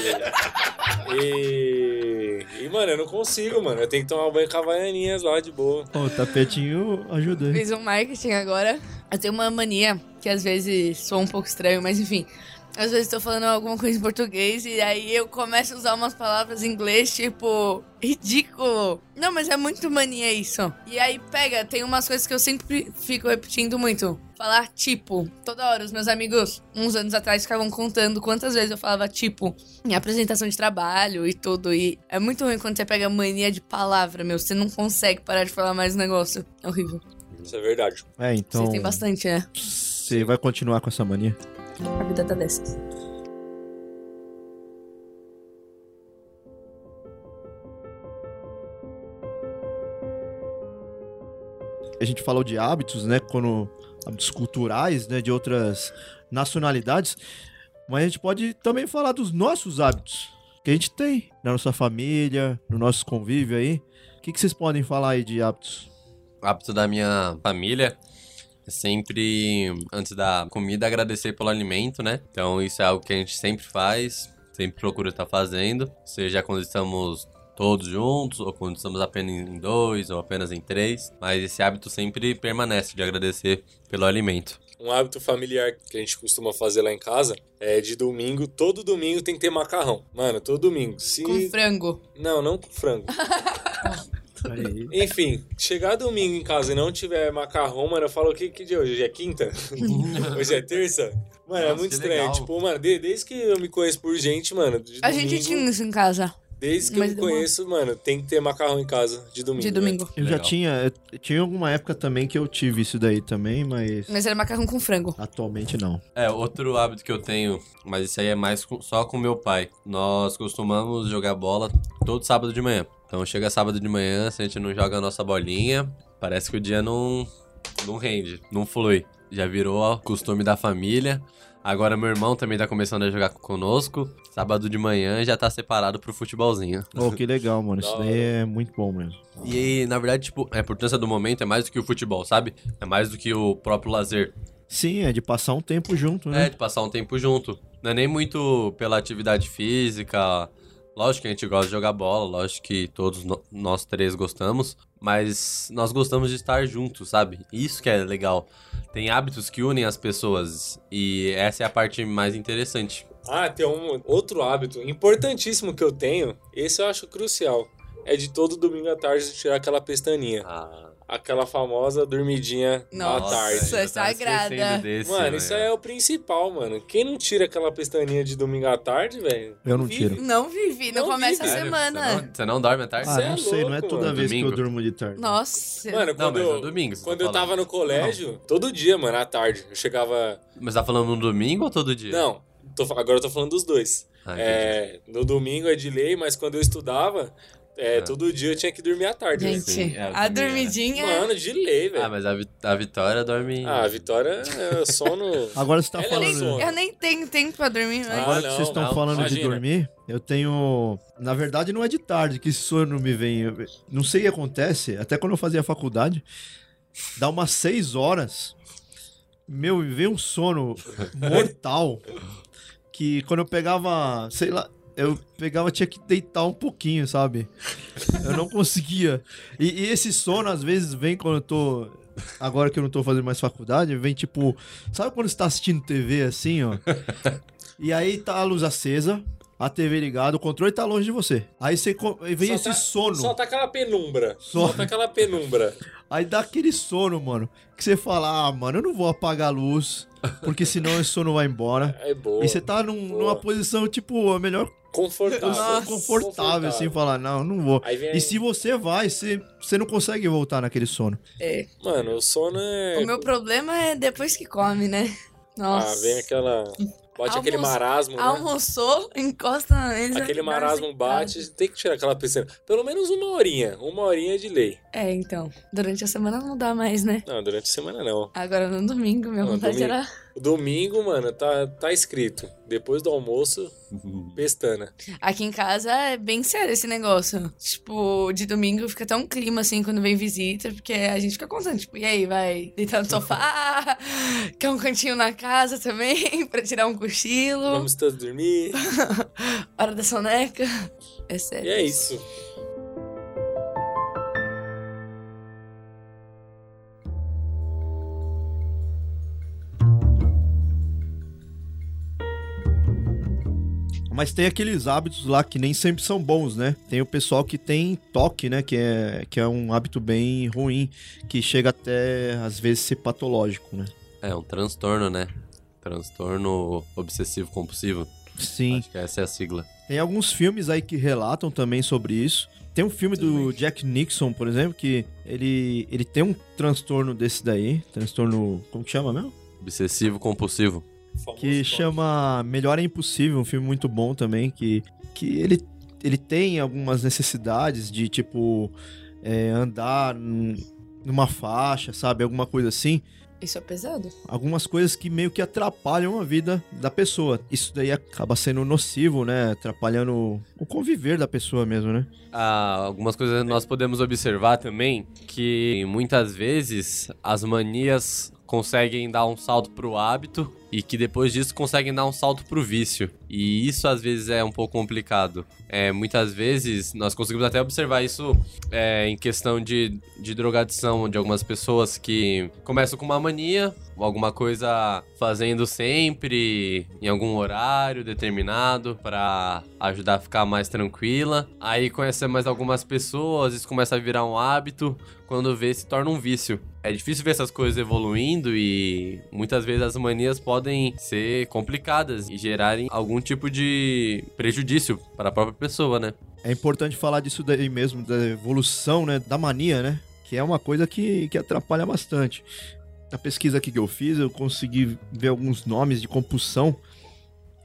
S4: e... E, mano, eu não consigo, mano. Eu tenho que tomar banho com havaianinhas lá, de boa.
S1: Ô, o tapetinho ajuda.
S3: Fiz um marketing agora. Eu tenho uma mania que às vezes soa um pouco estranho, mas enfim. Às vezes tô falando alguma coisa em português e aí eu começo a usar umas palavras em inglês, tipo, ridículo. Não, mas é muito mania isso. E aí pega, tem umas coisas que eu sempre fico repetindo muito. Falar tipo. Toda hora, os meus amigos, uns anos atrás, ficavam contando quantas vezes eu falava tipo em apresentação de trabalho e tudo. E é muito ruim quando você pega mania de palavra, meu. Você não consegue parar de falar mais o negócio. É horrível.
S4: Isso é verdade.
S1: É, então.
S3: Vocês têm bastante, né?
S1: Você vai continuar com essa mania?
S3: A vida tá dessas.
S1: A gente falou de hábitos, né? Quando. hábitos culturais, né? De outras nacionalidades. Mas a gente pode também falar dos nossos hábitos. Que a gente tem na nossa família, no nosso convívio aí. O que, que vocês podem falar aí de hábitos?
S2: hábito da minha família é sempre, antes da comida, agradecer pelo alimento, né? Então isso é algo que a gente sempre faz, sempre procura estar fazendo, seja quando estamos todos juntos, ou quando estamos apenas em dois, ou apenas em três, mas esse hábito sempre permanece de agradecer pelo alimento.
S4: Um hábito familiar que a gente costuma fazer lá em casa é de domingo, todo domingo tem que ter macarrão. Mano, todo domingo. Se...
S3: Com frango.
S4: Não, não com frango.
S1: Aí.
S4: Enfim, chegar domingo em casa e não tiver macarrão, mano, eu falo, que, que dia é hoje? Hoje é quinta? hoje é terça? Mano, é
S2: Nossa,
S4: muito
S2: que
S4: estranho.
S2: legal.
S4: Tipo, mano, de- desde que eu me conheço por gente, mano, de
S3: A
S4: domingo,
S3: gente tinha isso em casa,
S4: desde que eu
S3: mas
S4: me
S3: demora.
S4: conheço, mano, tem que ter macarrão em casa de domingo. né? é.
S3: de
S4: velho.
S3: domingo.
S1: Eu já
S2: Legal.
S1: tinha. eu- Tinha alguma época também que eu tive isso daí também, mas.
S3: Mas era macarrão com frango.
S1: Atualmente não.
S2: É, outro hábito que eu tenho, mas isso aí é mais com- só com meu pai. Nós costumamos jogar bola todo sábado de manhã. Então chega sábado de manhã, se a gente não joga a nossa bolinha, parece que o dia não, não rende, não flui. Já virou ó, costume da família. Agora meu irmão também tá começando a jogar conosco. Sábado de manhã já tá separado pro futebolzinho.
S1: Oh, que legal, mano. Isso
S4: Da
S1: daí é muito bom mesmo.
S2: E na verdade, tipo, a importância do momento é mais do que o futebol, sabe? É mais do que o próprio lazer.
S1: Sim, é de passar um tempo junto,
S2: É,
S1: né?
S2: de passar um tempo junto. Não é nem muito pela atividade física. Lógico que a gente gosta de jogar bola, lógico que todos no- nós três gostamos, mas nós gostamos de estar juntos, sabe? Isso que é legal. Tem hábitos que unem as pessoas e essa é a parte mais interessante.
S4: Ah, tem um outro hábito importantíssimo que eu tenho, esse eu acho crucial. É de todo domingo à tarde tirar aquela pestaninha.
S2: Ah,
S4: Aquela famosa dormidinha à
S3: Nossa,
S4: tarde.
S3: é sagrada.
S4: Mano, isso é o principal, mano. Quem não tira aquela pestaninha de domingo à tarde, velho?
S1: Eu não
S4: vive.
S1: tiro.
S3: Não vive, não,
S4: Não
S3: começa
S4: vive.
S3: a
S2: Você
S3: semana.
S2: não, você não dorme à tarde?
S1: Ah,
S4: Cê é
S1: não sei, não é
S4: louco,
S1: toda
S4: mano.
S1: vez que eu
S2: Domingo.
S1: durmo de tarde.
S3: Nossa.
S4: Mano,
S2: Não,
S4: quando,
S2: mas é
S4: eu,
S2: no domingo. você
S4: quando
S2: tá
S4: eu
S2: falando.
S4: tava no colégio, todo dia, mano, à tarde. Eu chegava.
S2: Mas tá falando no domingo ou todo dia?
S4: Não, tô fa- agora eu tô falando dos dois.
S2: Ah, entendi.
S4: É, no domingo é de lei, mas quando eu estudava, é,
S2: Ah.
S4: todo dia eu tinha que dormir à tarde.
S3: Gente,
S2: Sim, é,
S3: a
S2: também é.
S3: dormidinha.
S4: Mano, de lei, velho.
S2: Ah, mas a, Vi- a Vitória dorme.
S4: Ah, a Vitória é sono.
S1: Agora você tá
S4: Ela é
S1: falando.
S4: sono.
S3: Eu nem tenho tempo pra dormir, mas.
S1: Agora
S4: Ah,
S1: que
S4: não,
S1: vocês estão
S2: não,
S1: falando de
S4: imagina.
S1: dormir, eu tenho. Na verdade, não é de tarde que esse sono me vem. Eu- Não sei o que acontece, até quando eu fazia faculdade, dá umas seis horas, meu, me veio um sono mortal. que quando eu pegava, sei lá, eu pegava, tinha que deitar um pouquinho, sabe? Eu não conseguia. E, e esse sono, às vezes, vem quando eu tô. Agora que eu não tô fazendo mais faculdade, vem tipo. Sabe quando você tá assistindo TV assim, ó? E aí tá a luz acesa, a TV ligada, o controle tá longe de você. Aí você co- aí vem
S4: Só
S1: esse
S4: tá-
S1: sono.
S4: Só tá aquela penumbra.
S1: Só.
S4: Só tá aquela penumbra.
S1: Aí dá aquele sono, mano. Que você fala, ah, mano, eu não vou apagar a luz, porque senão esse sono vai embora.
S4: É boa.
S1: E você tá num-
S4: boa.
S1: numa posição, tipo, a melhor
S4: Confortável.
S1: eu sou confortável, assim, falar, não, não vou.
S4: Aí vem.
S1: E se você vai, você, você não consegue voltar naquele sono.
S4: Ah,
S3: É.
S4: Mano, o sono é.
S3: O meu problema é depois que come, né? Nossa.
S4: Ah, vem aquela. Bate aquele
S3: Almoço-
S4: marasmo, né?
S3: Almoçou, encosta na mesa.
S4: Aquele
S3: dorme
S4: marasmo
S3: em casa.
S4: bate, tem que tirar aquela piscina. Pelo menos uma horinha. Uma horinha de lei.
S3: É, então. Durante a semana não dá mais, né?
S4: Não, durante a semana não.
S3: Agora no domingo, minha
S4: Não,
S3: vontade
S4: domingo.
S3: era.
S4: O domingo, mano, tá, tá escrito. Depois do almoço, pestana.
S3: Aqui em casa é bem sério esse negócio. Tipo, de domingo fica até um clima assim quando vem visita, porque a gente fica contando, tipo, e aí, vai deitar no sofá, quer um cantinho na casa também, pra tirar um cochilo,
S4: Vamos todos dormir.
S3: hora da soneca. É
S4: E
S3: sério.
S4: é isso.
S1: Mas tem aqueles hábitos lá que nem sempre são bons, né? Tem o pessoal que tem toque, né? Que é, que é um hábito bem ruim, que chega até, às vezes, ser patológico, né?
S2: É um transtorno, né? Transtorno obsessivo compulsivo.
S1: Sim.
S2: Acho que essa é a sigla.
S1: Tem alguns filmes aí que relatam também sobre isso. Tem um filme do Jack Nixon, por exemplo, que ele, ele tem um transtorno desse daí. Transtorno. Como que chama mesmo?
S2: Obsessivo compulsivo.
S4: Famoso
S1: que
S4: toque.
S1: chama Melhor é Impossível, um filme muito bom também, que, que ele, ele tem algumas necessidades de, tipo, é, andar num- numa faixa, sabe? Alguma coisa assim.
S3: Isso é pesado.
S1: Algumas coisas que meio que atrapalham a vida da pessoa. Isso daí acaba sendo nocivo, né? Atrapalhando o conviver da pessoa mesmo, né?
S2: Ah, algumas coisas nós podemos observar também que muitas vezes as manias conseguem dar um salto pro hábito e que depois disso conseguem dar um salto pro vício. E isso às vezes é um pouco complicado. É, muitas vezes nós conseguimos até observar isso é, em questão de, de drogadição de algumas pessoas que começam com uma mania, alguma coisa fazendo sempre em algum horário determinado para ajudar a ficar mais tranquila. Aí conhecer mais algumas pessoas, isso começa a virar um hábito, quando vê se torna um vício. É difícil ver essas coisas evoluindo e muitas vezes as manias podem ser complicadas e gerarem algum tipo de prejudício para a própria pessoa, né?
S1: É importante falar disso daí mesmo, da evolução, né? Da mania, né? Que é uma coisa que, que atrapalha bastante. Na pesquisa aqui que eu fiz, eu consegui ver alguns nomes de compulsão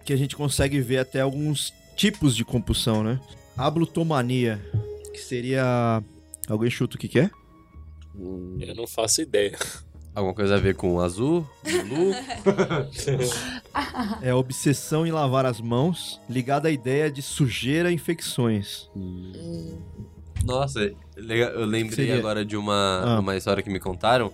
S1: que a gente consegue ver até alguns tipos de compulsão, né? Ablutomania, que seria. Alguém chuta o que, que é?
S4: Eu não faço ideia.
S2: Alguma coisa a ver com azul, blue?
S1: É a obsessão em lavar as mãos, ligada à ideia de sujeira e infecções.
S2: Nossa, legal, eu lembrei
S1: Seria-
S2: agora de uma,
S1: Ah.
S2: uma história que me contaram,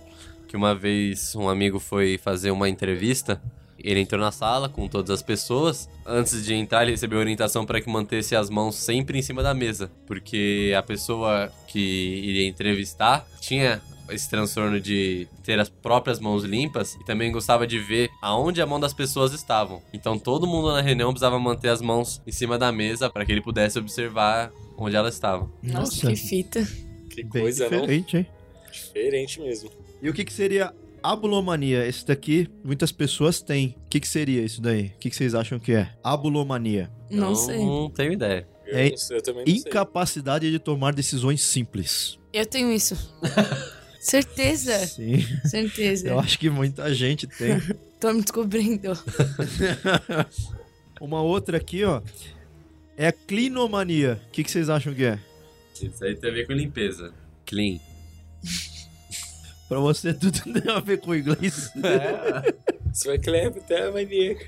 S2: que uma vez um amigo foi fazer uma entrevista, ele entrou na sala com todas as pessoas, antes de entrar ele recebeu orientação para que mantesse as mãos sempre em cima da mesa, porque a pessoa que iria entrevistar tinha esse transtorno de ter as próprias mãos limpas e também gostava de ver aonde a mão das pessoas estavam. Então todo mundo na reunião precisava manter as mãos em cima da mesa para que ele pudesse observar onde elas estavam.
S3: Nossa, que fita.
S4: Que
S1: bem
S4: coisa, não?
S1: diferente, hein?
S4: Diferente mesmo.
S1: E o que, que seria abulomania? Esse daqui, muitas pessoas têm. O que, que seria isso daí? O que, que vocês acham que é? Abulomania.
S3: Não
S2: Eu
S3: sei.
S2: Não tenho ideia.
S4: Eu,
S1: É
S4: não sei, eu também não sei.
S1: Incapacidade de tomar decisões simples.
S3: Eu tenho isso. certeza,
S1: Sim,
S3: certeza.
S1: eu acho que muita gente tem.
S3: Tô me descobrindo.
S1: Uma outra aqui, ó. É a clinomania. O que, que vocês acham que é?
S2: Isso aí tem a ver com limpeza. Clean.
S1: Pra você tudo tem a ver com inglês.
S2: É.
S4: Você vai clever até maníaco.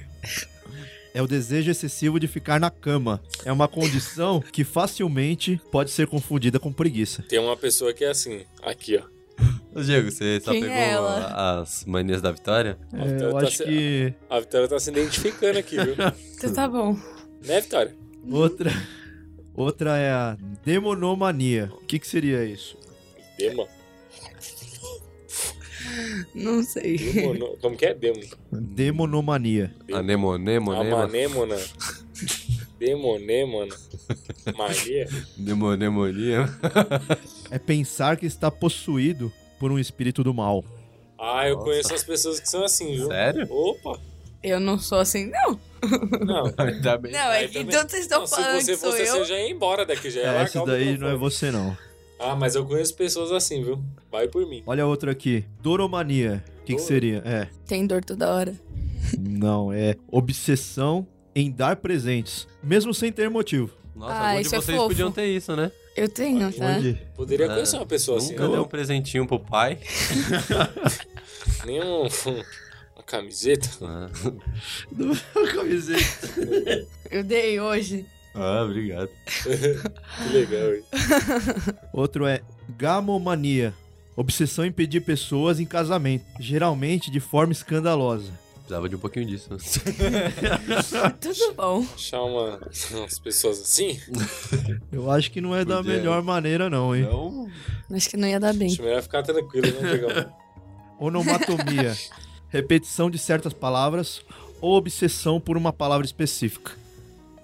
S1: É o desejo excessivo de ficar na cama. É uma condição que facilmente pode ser confundida com preguiça.
S4: Tem uma pessoa que é assim, aqui, ó.
S2: Ô, Diego, você só
S3: Quem é
S2: pegou
S3: ela?
S2: a- as manias da vitória?
S1: É, eu
S4: tá
S1: acho
S4: certo.
S1: que
S4: A Vitória tá se identificando aqui, viu?
S3: Então tá bom.
S4: né, Vitória?
S1: outra outra é a demonomania. O que, que seria isso?
S4: Demo.
S3: Não sei.
S4: Demono- Como que é? Demo.
S1: Demonomania.
S2: Anemo, nemo, nemo,
S4: Amanêmona. Demonêmona. Maria.
S2: nemo, nemonia.
S1: É pensar que está possuído por um espírito do mal.
S4: Ah, eu
S2: Nossa.
S4: conheço as pessoas que são assim, viu?
S2: Sério?
S4: Opa!
S3: Eu não sou assim, não.
S4: Não.
S2: Ainda bem.
S3: Não, é
S4: Aí
S3: que
S4: também.
S3: então vocês estão
S4: Não, se
S3: falando
S4: você
S3: que sou
S4: fosse,
S3: eu.
S4: você já ia embora daqui, já
S1: É,
S4: ia largar
S1: esse
S4: o
S1: daí não é
S4: microfone.
S1: você não.
S4: Ah, mas eu conheço pessoas assim, viu? Vai por mim.
S1: Olha outra aqui. Doromania. O que, que
S4: Dor-
S1: seria? É.
S4: assim,
S3: Tem dor toda hora.
S1: Não, é obsessão em dar presentes, mesmo sem ter motivo.
S2: Nossa,
S3: Ah,
S2: algum de
S3: isso é
S2: vocês
S3: fofo.
S2: podiam ter isso, né?
S3: Eu tenho, tá?
S1: Onde
S4: Poderia
S2: Ah,
S4: conhecer uma pessoa assim,
S2: Nunca
S4: né?
S2: deu um presentinho pro pai.
S4: Nem um, uma camiseta.
S2: Ah,
S1: Do meu camiseta.
S3: Eu dei hoje.
S2: Ah, obrigado.
S4: Que legal, hein?
S1: Outro é gamomania. Obsessão em pedir pessoas em casamento, geralmente de forma escandalosa.
S2: Precisava de um pouquinho disso.
S3: Tá Tudo bom.
S4: Achar uma, umas pessoas assim,
S1: Eu acho que não é da
S2: Pois é.
S1: melhor maneira, não, hein?
S2: Então,
S3: Acho que não ia dar bem.
S4: acho melhor ficar tranquilo, né, Diego?
S1: Onomatomia. Repetição de certas palavras ou obsessão por uma palavra específica.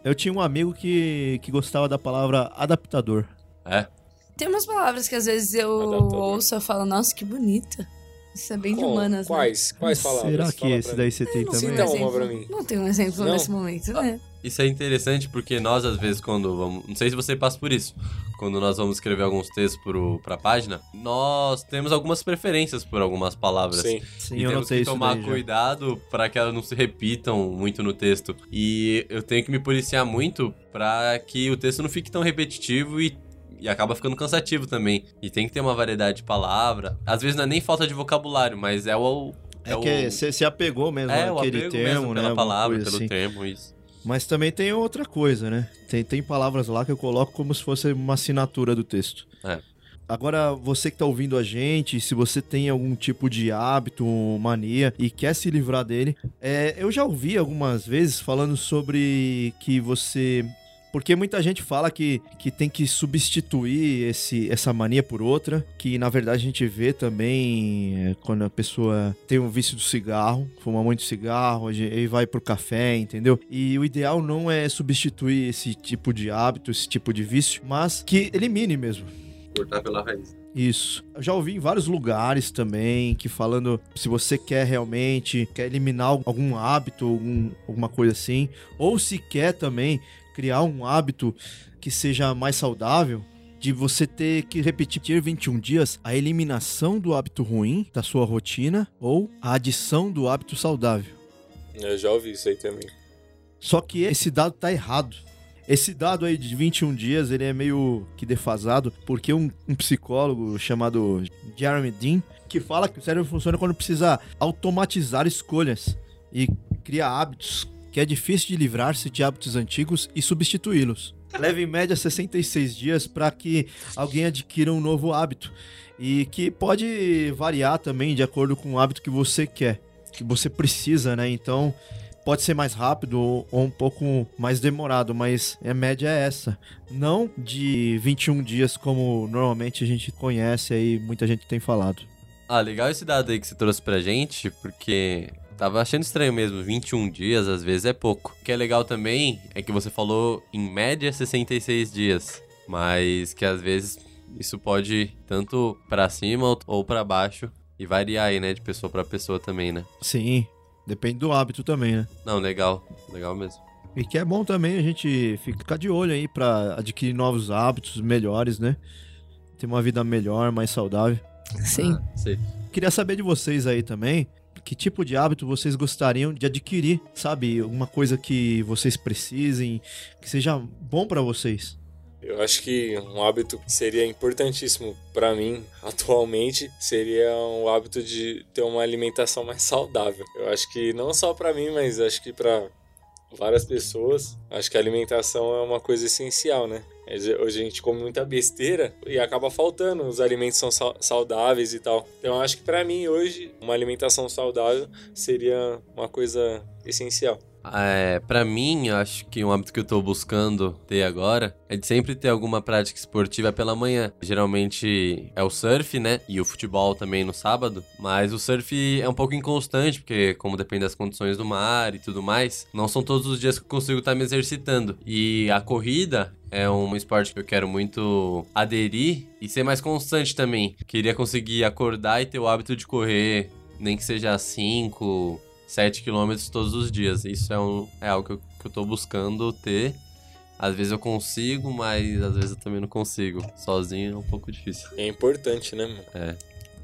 S1: Eu tinha um amigo que, que gostava da palavra adaptador.
S2: é.
S3: Tem umas palavras que às vezes eu
S4: Adaptador.
S3: ouço e falo, nossa, que bonita. Isso é bem de
S4: Com-
S3: humanas, né?
S4: quais? Quais palavras?
S1: Será que é
S4: Fala
S1: esse
S4: pra
S1: daí você tem
S3: Não sei,
S1: também?
S4: Cita
S3: um
S4: uma
S3: exemplo.
S4: pra mim.
S3: Não tem um exemplo
S4: Não?
S3: nesse momento, né?
S2: Isso é interessante porque nós, às vezes, quando vamos. Não sei se você passa por isso. Quando nós vamos escrever alguns textos pro, pra página, nós temos algumas preferências por algumas palavras.
S4: Sim.
S1: Sim,
S2: e
S1: eu
S2: temos
S1: notei
S2: que
S1: isso
S2: tomar
S1: daí já.
S2: cuidado para que elas não se repitam muito no texto. E eu tenho que me policiar muito para que o texto não fique tão repetitivo e, e acaba ficando cansativo também. E tem que ter uma variedade de palavra. Às vezes não é nem falta de vocabulário, mas é o.
S1: É
S2: o,
S1: que você se apegou mesmo
S2: é, o
S1: àquele
S2: apego
S1: termo,
S2: mesmo
S1: né?
S2: pela
S1: alguma
S2: palavra,
S1: coisa
S2: pelo
S1: assim.
S2: termo, isso.
S1: Mas também tem outra coisa, né? Tem, tem palavras lá que eu coloco como se fosse uma assinatura do texto.
S2: É.
S1: Agora, você que tá ouvindo a gente, se você tem algum tipo de hábito, mania e quer se livrar dele, é, eu já ouvi algumas vezes falando sobre que você. Porque muita gente fala que, que tem que substituir esse, essa mania por outra, que na verdade a gente vê também é, quando a pessoa tem um vício do cigarro, fuma muito cigarro e vai pro café, entendeu? E o ideal não é substituir esse tipo de hábito, esse tipo de vício, mas que elimine mesmo.
S2: Cortar pela raiz.
S1: Isso. Eu já ouvi em vários lugares também que falando se você quer realmente, quer eliminar algum hábito, algum, alguma coisa assim, ou se quer também criar um hábito que seja mais saudável, de você ter que repetir 21 dias a eliminação do hábito ruim da sua rotina ou a adição do hábito saudável.
S4: Eu já ouvi isso aí também.
S1: Só que esse dado tá errado. Esse dado aí de 21 dias, ele é meio que defasado, porque um, um psicólogo chamado Jeremy Dean, que fala que o cérebro funciona quando precisa automatizar escolhas e criar hábitos, que é difícil de livrar-se de hábitos antigos e substituí-los. Leva em média 66 dias para que alguém adquira um novo hábito e que pode variar também de acordo com o hábito que você quer, que você precisa, né? Então, pode ser mais rápido ou, ou, um pouco mais demorado, mas a média é essa. Não de 21 dias como normalmente a gente conhece aí, muita gente tem falado.
S2: Ah, legal esse dado aí que você trouxe pra gente, porque tava achando estranho mesmo, 21 dias às vezes é pouco. O que é legal também é que você falou em média 66 dias, mas que às vezes isso pode ir tanto para cima ou para baixo e variar aí, né, de pessoa para pessoa também, né?
S1: Sim, Depende do hábito também, né?
S2: Não, legal. Legal mesmo.
S1: E que é bom também a gente ficar de olho aí para adquirir novos hábitos melhores, né? Ter uma vida melhor, mais saudável.
S3: Sim.
S2: Ah, sim.
S1: Queria saber de vocês aí também, que tipo de hábito vocês gostariam de adquirir, sabe? Alguma coisa que vocês precisem, que seja bom para vocês.
S4: Eu acho que um hábito que seria importantíssimo para mim atualmente seria o hábito de ter uma alimentação mais saudável. Eu acho que não só para mim, mas acho que para várias pessoas, acho que a alimentação é uma coisa essencial, né? Hoje a gente come muita besteira e acaba faltando. Os alimentos são saudáveis e tal. Então acho que para mim hoje uma alimentação saudável seria uma coisa essencial.
S2: É, para mim, acho que um hábito que eu tô buscando ter agora é de sempre ter alguma prática esportiva pela manhã. Geralmente é o surf, né? E o futebol também no sábado. Mas o surf é um pouco inconstante, porque como depende das condições do mar e tudo mais, não são todos os dias que eu consigo estar tá me exercitando. E a corrida é um esporte que eu quero muito aderir e ser mais constante também. Queria conseguir acordar e ter o hábito de correr, nem que seja 5, 7 quilômetros todos os dias. Isso é, um, é algo que eu, que eu tô buscando ter. Às vezes eu consigo, mas às vezes eu também não consigo. Sozinho é um pouco difícil.
S4: É importante, né, mano?
S2: É.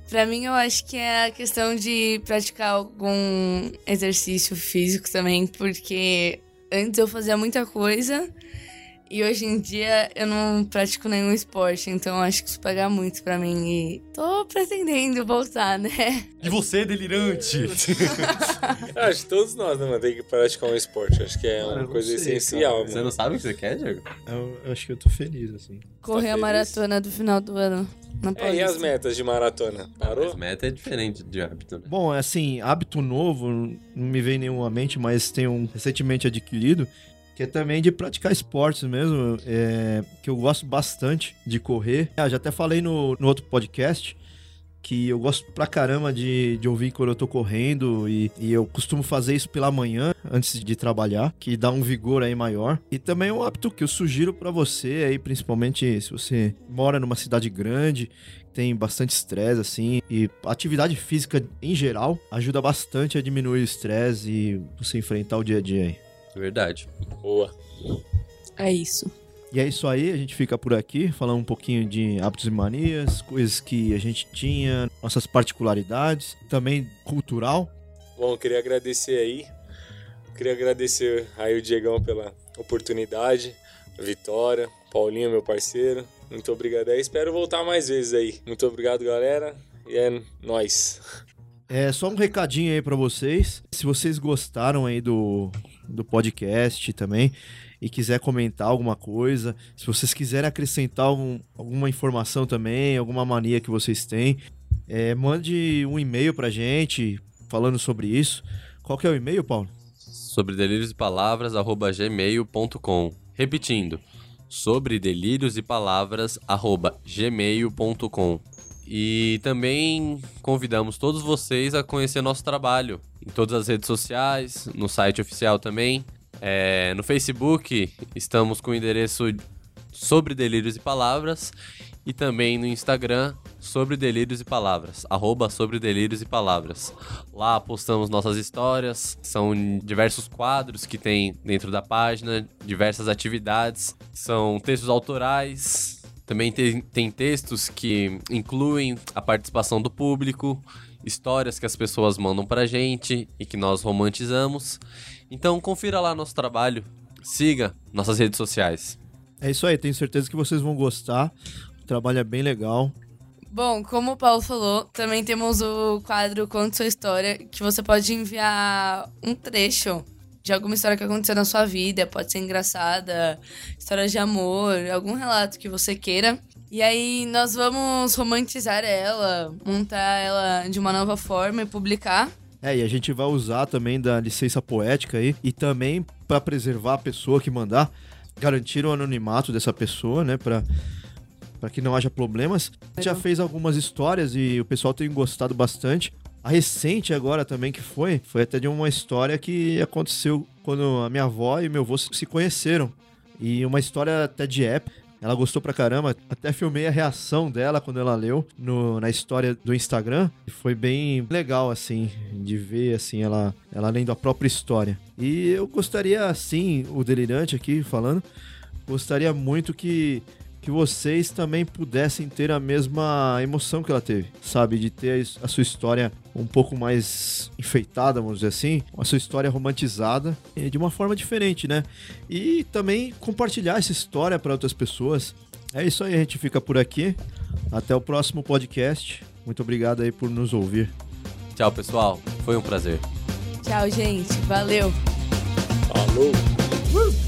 S3: Pra mim, eu acho que é a questão de praticar algum exercício físico também, porque antes eu fazia muita coisa e hoje em dia eu não pratico nenhum esporte, então acho que isso paga muito pra mim e tô pretendendo voltar, né?
S2: E você, delirante?
S4: acho que todos nós, né, mano? Tem que praticar um esporte. Acho que é uma
S1: eu
S4: coisa
S1: não sei,
S4: essencial, mano.
S2: Você não sabe o que você quer, Diego?
S1: É, Eu, eu acho que eu tô feliz, assim.
S3: Correr a
S4: feliz?
S3: maratona do final do ano. Na
S4: É, e as
S3: Paulista.
S4: metas de maratona? Parou?
S2: Mas meta é diferente de hábito, né?
S1: Bom, assim, hábito novo, não me vem nenhum à mente, mas tenho um recentemente adquirido, que é também de praticar esportes mesmo, é, que eu gosto bastante de correr. Ah, já até falei no, no outro podcast que eu gosto pra caramba de, de ouvir quando eu tô correndo e, e eu costumo fazer isso pela manhã, antes de trabalhar, que dá um vigor aí maior. E também é um hábito que eu sugiro pra você aí, principalmente se você mora numa cidade grande, tem bastante estresse assim, e atividade física em geral ajuda bastante a diminuir o estresse e você enfrentar o dia a dia aí.
S2: Verdade.
S4: Boa.
S3: É isso.
S1: E é isso aí, a gente fica por aqui, falando um pouquinho de hábitos e manias, coisas que a gente tinha, nossas particularidades, também cultural.
S4: Bom, eu queria agradecer aí. Queria agradecer aí o Diegão pela oportunidade, a Vitória, Paulinho, meu parceiro. Muito obrigado aí. Espero voltar mais vezes aí. Muito obrigado, galera. E é nóis.
S1: É só um recadinho aí pra vocês. Se vocês gostaram aí do, do podcast também e quiser comentar alguma coisa, se vocês quiserem acrescentar algum- alguma informação também, alguma mania que vocês têm, é, mande um e-mail pra gente falando sobre isso. Qual que é o e-mail, Paulo?
S2: Sobre delírios e palavras, arroba gmail.com. Repetindo, sobre delírios e palavras, arroba gmail.com. E também convidamos todos vocês a conhecer nosso trabalho em todas as redes sociais, no site oficial também. É, no Facebook, estamos com o endereço sobre delírios e palavras. E também no Instagram, sobre delírios e palavras, arroba sobre delírios e palavras. Lá postamos nossas histórias, são diversos quadros que tem dentro da página, diversas atividades, são textos autorais, também tem, tem textos que incluem a participação do público, histórias que as pessoas mandam pra gente e que nós romantizamos. Então confira lá nosso trabalho, siga nossas redes sociais.
S1: É isso aí, tenho certeza que vocês vão gostar. O trabalho é bem legal.
S3: Bom, como o Paulo falou, também temos o quadro Conte Sua História, que você pode enviar um trecho de alguma história que aconteceu na sua vida, pode ser engraçada, história de amor, algum relato que você queira. E aí nós vamos romantizar ela, montar ela de uma nova forma e publicar.
S1: É, e a gente vai usar também da licença poética aí e também pra preservar a pessoa que mandar, garantir o anonimato dessa pessoa, né, Pra para que não haja problemas. A gente já fez algumas histórias e o pessoal tem gostado bastante. A recente agora também que foi, foi até de uma história que aconteceu quando a minha avó e meu avô se se conheceram. E uma história até de época. Ela gostou pra caramba, até filmei a reação dela quando ela leu no- na história do Instagram. E Foi bem legal, assim, de ver, assim, ela, ela lendo a própria história. E eu gostaria, assim, o delirante aqui falando, gostaria muito que, que vocês também pudessem ter a mesma emoção que ela teve, sabe? De ter a his- a sua história um pouco mais enfeitada, vamos dizer assim, a sua história romantizada, eh, de uma forma diferente, né? E também compartilhar essa história para outras pessoas. É isso aí, a gente fica por aqui. Até o próximo podcast. Muito obrigado aí por nos ouvir.
S2: Tchau, pessoal. Foi um prazer.
S3: Tchau, gente. Valeu!
S4: Falou!